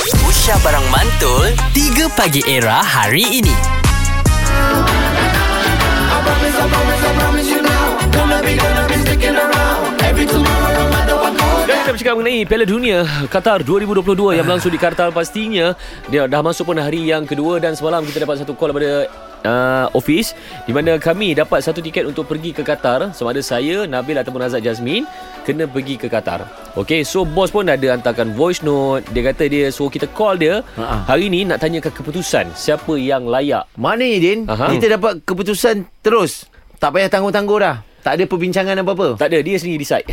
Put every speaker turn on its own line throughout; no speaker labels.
Aisyah Barang Mantul 3 Pagi Era hari ini
Dan kita bercakap mengenai Piala Dunia Qatar 2022 yang berlangsung di Qatar pastinya dia dah masuk pun hari yang kedua dan semalam kita dapat satu call daripada uh, office di mana kami dapat satu tiket untuk pergi ke Qatar sama ada saya Nabil ataupun Azad Jazmin kena pergi ke Qatar. Okay so bos pun ada hantarkan voice note dia kata dia suruh kita call dia
Ha-ha.
hari ni nak tanyakan keputusan siapa yang layak.
Maknanya Din
Aha.
Aha. Kita dapat keputusan terus Tak payah tangguh-tangguh dah Tak ada perbincangan apa-apa
Tak ada dia sendiri decide.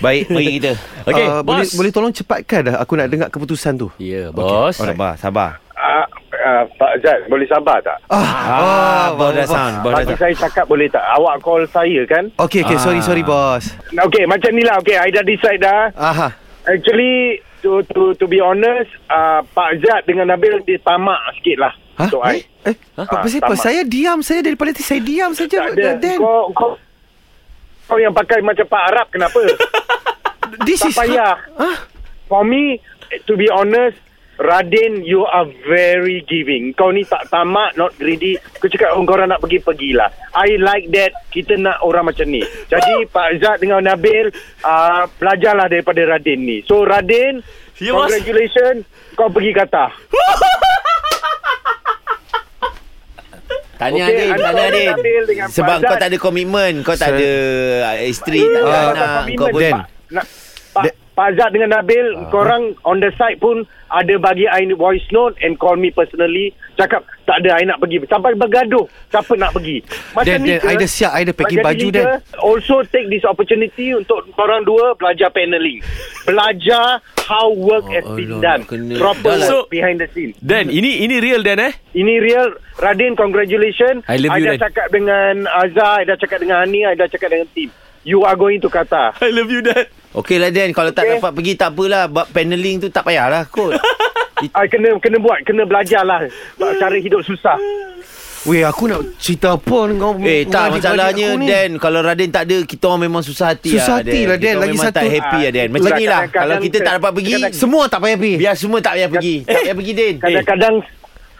Baik mari kita
Okay uh,
uh, boleh,
bos.
boleh tolong cepatkan dah Aku nak dengar keputusan tu
Ya yeah, bos.
Alright.
Sabar sabar
Ah, ah, Pak Zat, boleh sabar tak?
Ah,
Ah, baru dah sound Baru dah
Tapi
sound
saya cakap boleh tak? Awak call saya kan?
Okay, okay, sorry,
Ah.
sorry bos
Okay, macam ni lah. Okay, I dah decide dah.
Aha
Actually, to to to be honest, uh, Pak Zat dengan Nabil dia tamak sikit lah.
Ha?
Untuk
eh?
I.
Eh? Apa
Ah,
siapa?
tamat.
Saya diam, saya daripada tadi saya diam saja.
Tak ada.
Dan
Kau, kau, kau yang pakai macam Pak Arab kenapa?
this
tak
is
payah.
Ah,
For me, to be honest, Radin, you are very giving. Kau ni tak tamak, not greedy. Kau cakap oh, korang nak pergi, pergilah. I like that. Kita nak orang macam ni.
Oh!
Jadi, Pak Zat dengan Nabil, uh, belajarlah daripada Radin ni. So, Radin,
Ya, Mas.
congratulations. Kau pergi Qatar.
Tahniah
Okey,
Din
antara
Tahniah Din
Nabil dengan
Sebab
Fazal.
kau tak ada komitmen Kau tak
Saya-
ada ah, Isteri
Ah,
tak ada
Kau
anak
tak
Kau
commitment,
boleh
Dan. Ah,
Pak. Na- Pak, Pak Zat dengan Nabil, korang on the side pun ada bagi I voice note and call me personally. Cakap, tak ada I nak pergi. Sampai bergaduh, siapa nak pergi. Macam
Dan, Dan, I dah siap, I dah packing
Raja
baju,
Diliga, Also take this opportunity untuk korang dua belajar paneling. Belajar how work has
Oh,
been
Allah,
done.
nak kena-
Proper
Dah lah.
work behind the scene.
Dan ini ini real Dan eh.
Ini real Radin congratulations
I love you,
dah
Radin.
cakap dengan Azhar I dah cakap dengan Hani I dah cakap dengan team You are going to Qatar
I love you Dan.
Okey lah Dan Kalau tak
Okey.
dapat pergi tak apalah Bab paneling tu tak payahlah kot
I Ah, kena kena buat Kena belajar lah Sebab Cara hidup susah
Eh.
Weh, aku nak cerita apa dengan kau
Eh
mengadik-adik
tak masalahnya
aku ni?
Dan Kalau Radin tak ada Kita orang memang susah hati
Susah hati lah, Dan.
Kita
Lagi
memang tak
satu-
happy lah Dan Macam
Kadang-
ni lah
kadang-
Kalau kita tak dapat pergi
kadang-
Semua tak payah
pergi.
Biar semua tak payah pergi Tak payah pergi Din
Kadang-kadang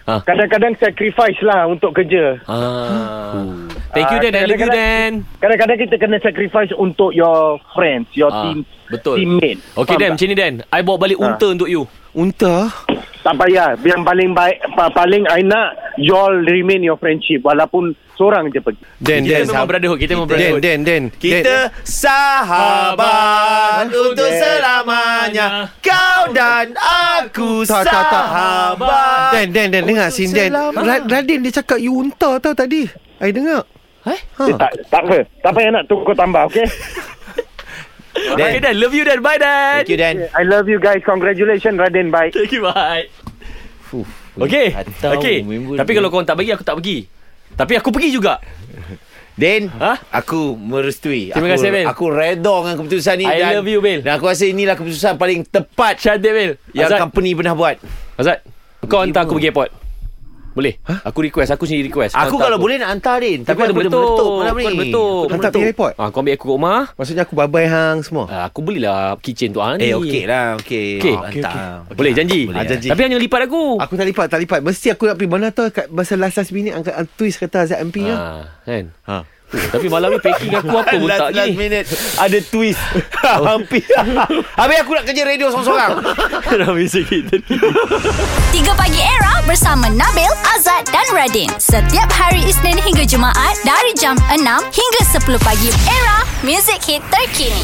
Ha.
Kadang-kadang sacrifice lah Untuk kerja
Ah. Thank you Dan, I love you Dan.
Kadang-kadang kita kena sacrifice Untuk your friends Your
Ah,
team
betul.
Teammate
Okay Dan,
Faham tak?
macam ni Dan. I bawa
Ha.
balik unta untuk you.
Unta
Tak payah Yang paling baik pa- Paling I nak You all remain your friendship Walaupun Seorang je pergi
Dan,
Kita
Dan
memang brotherhood, kita memang
Dan,
brotherhood.
Dan, Dan Dan.
Kita sahabat untuk
Dan.
selamanya Kau dan aku
Tak, tak, tak.
sahabat
Dan, Dan, Dan, dengar Sin Dan
Oh, selamat.
Ra- Radin dia cakap you unta tau tadi I dengar
Eh?
Ha.
Dia
Ha.
tak, tak apa Tak payah nak tukar tambah Okay
Okay Dan, love you Dan. Bye Dan.
Thank you Dan
I love you guys Congratulations Radin Bye
Thank you, bye. Okay.
Atau
okay.
member-
Tapi kalau korang tak bagi, aku tak pergi. Tapi aku pergi juga.
Din
Ha?
Aku merestui
Terima
Aku-
kasih, Bil.
Aku redha dengan keputusan ni
I
Dan-
love you, Bil.
Dan aku rasa inilah keputusan paling tepat
Cantik, Bil.
Yang
Azad,
company pernah buat
Azad, kau hantar aku pergi airport. Boleh? Aku request, aku sendiri request. Kau
Aku
hantar
kalau boleh nak hantar Din
Tapi ada
Tapi aku dah
meletup.
meletup
Kau
malam ni
ada meletup.
Aku dah
Hantar pergi
meletup
airport
Ah, kau ambil aku ke rumah.
Maksudnya aku bye-bye hang semua
Ah, aku belilah kitchen tu Ani.
Eh okey lah Okey
Okey.
Ah,
Okey,
hantar.
Boleh janji.
Boleh,
Ah, janji.
Tapi hanya lipat aku.
Aku tak lipat, tak lipat Mesti aku nak pergi mana tau Kat masa last last minute Angkat ang- twist kata Azad MP lah
Ah, kan.
ya. Ha.
Oh, tapi malam ni packing aku apa pun
last,
tak
last
ni.
minute Ada twist Hampir Habis aku nak kerja radio seorang-seorang
Dah bisa kita.
3 Pagi Era bersama Nabil, Azad dan Radin. Setiap hari Isnin hingga Jumaat dari jam 6 hingga 10 pagi. Era, music hit terkini.